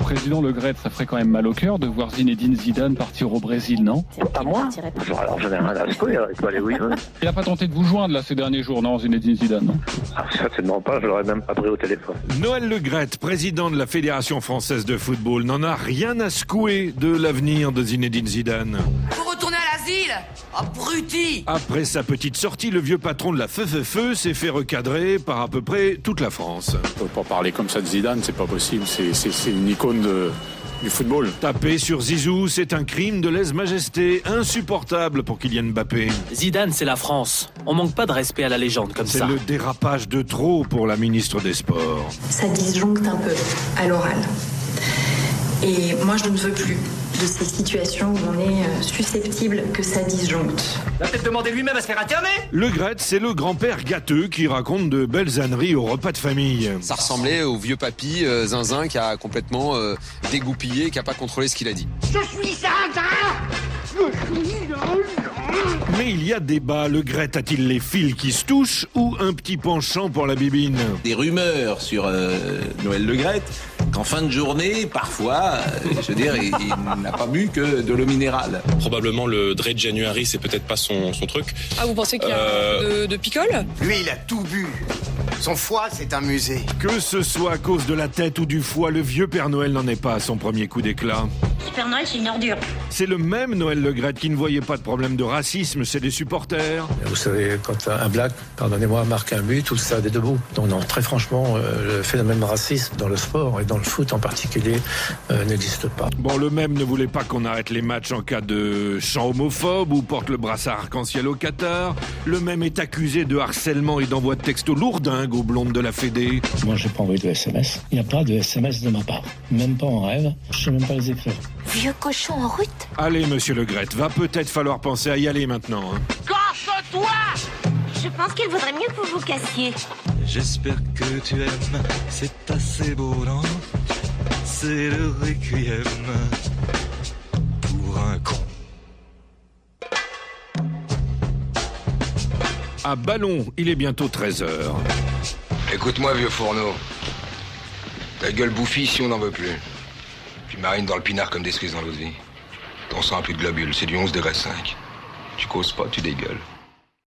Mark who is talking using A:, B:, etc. A: Président Le Gret, ça ferait quand même mal au cœur de voir Zinedine Zidane partir au Brésil, non
B: Pas moi Genre, Alors j'en ai rien à secouer, alors il peut aller où il veut.
A: Il n'a pas tenté de vous joindre là ces derniers jours, non, Zinedine Zidane non
B: Ah, Certainement pas, je l'aurais même pas pris au téléphone.
C: Noël Le Gret, président de la Fédération française de football, n'en a rien à secouer de l'avenir de Zinedine Zidane.
D: Vous retournez à l'asile Oh, Abruti
C: Après sa petite sortie, le vieux patron de la Feu Feu Feu s'est fait recadrer par à peu près toute la France.
E: On peut pas parler comme ça de Zidane, c'est pas possible. C'est- C'est c'est une icône de- du football.
C: Taper sur Zizou, c'est un crime de lèse-majesté insupportable pour Kylian Mbappé.
F: Zidane, c'est la France. On manque pas de respect à la légende comme
C: C'est
F: ça.
C: le dérapage de trop pour la ministre des Sports.
G: ça disjoncte un peu à l'oral. Et moi, je ne veux plus de ces situations où on est euh, susceptible que ça disjoncte.
F: Il a peut-être demandé lui-même à se faire interner
C: Le Gret, c'est le grand-père gâteux qui raconte de belles âneries au repas de famille.
H: Ça ressemblait au vieux papy euh, Zinzin qui a complètement euh, dégoupillé, qui a pas contrôlé ce qu'il a dit.
C: Mais il y a débat, le Gret a-t-il les fils qui se touchent ou un petit penchant pour la bibine
I: des rumeurs sur euh, Noël Le Graët qu'en fin de journée, parfois, euh, je veux dire, il, il n'a pas bu que de l'eau minérale.
J: Probablement le Dre de January, c'est peut-être pas son, son truc.
D: Ah, vous pensez qu'il y a
J: Euh.
D: de, de picole
I: Lui, il a tout bu. Son foie, c'est un musée.
C: Que ce soit à cause de la tête ou du foie, le vieux Père Noël n'en est pas à son premier coup d'éclat.
G: Père Noël, c'est une ordure.
C: C'est le même Noël Le Gret qui ne voyait pas de problème de racisme, c'est des supporters.
I: Vous savez, quand un black, pardonnez-moi, marque un but, tout ça des debout. Donc non, très franchement, euh, le phénomène raciste dans le sport et dans le foot en particulier n'existe pas.
C: Bon, le même ne voulait pas qu'on arrête les matchs en cas de chant homophobe ou porte le brassard arc-en-ciel au Qatar. Le même est accusé de harcèlement et d'envoi de textos lourdingues aux blondes de la Fédé.
I: Moi, j'ai pas envoyé de SMS. Il n'y a pas de SMS de ma part. Même pas en rêve. Je sais même pas les écrire.
G: Vieux cochon en route
C: Allez, monsieur Le Gret, va peut-être falloir penser à y aller maintenant. hein.
G: Je pense qu'il vaudrait mieux que vous vous cassiez.
I: J'espère que tu aimes, c'est assez beau, non C'est le requiem pour un con.
C: À Ballon, il est bientôt 13h.
H: Écoute-moi, vieux fourneau. Ta gueule bouffie si on n'en veut plus. Tu marines dans le pinard comme des cerises dans l'eau de vie. Ton sang a plus de globules, c'est du 11 degré 5. Tu causes pas, tu dégueules.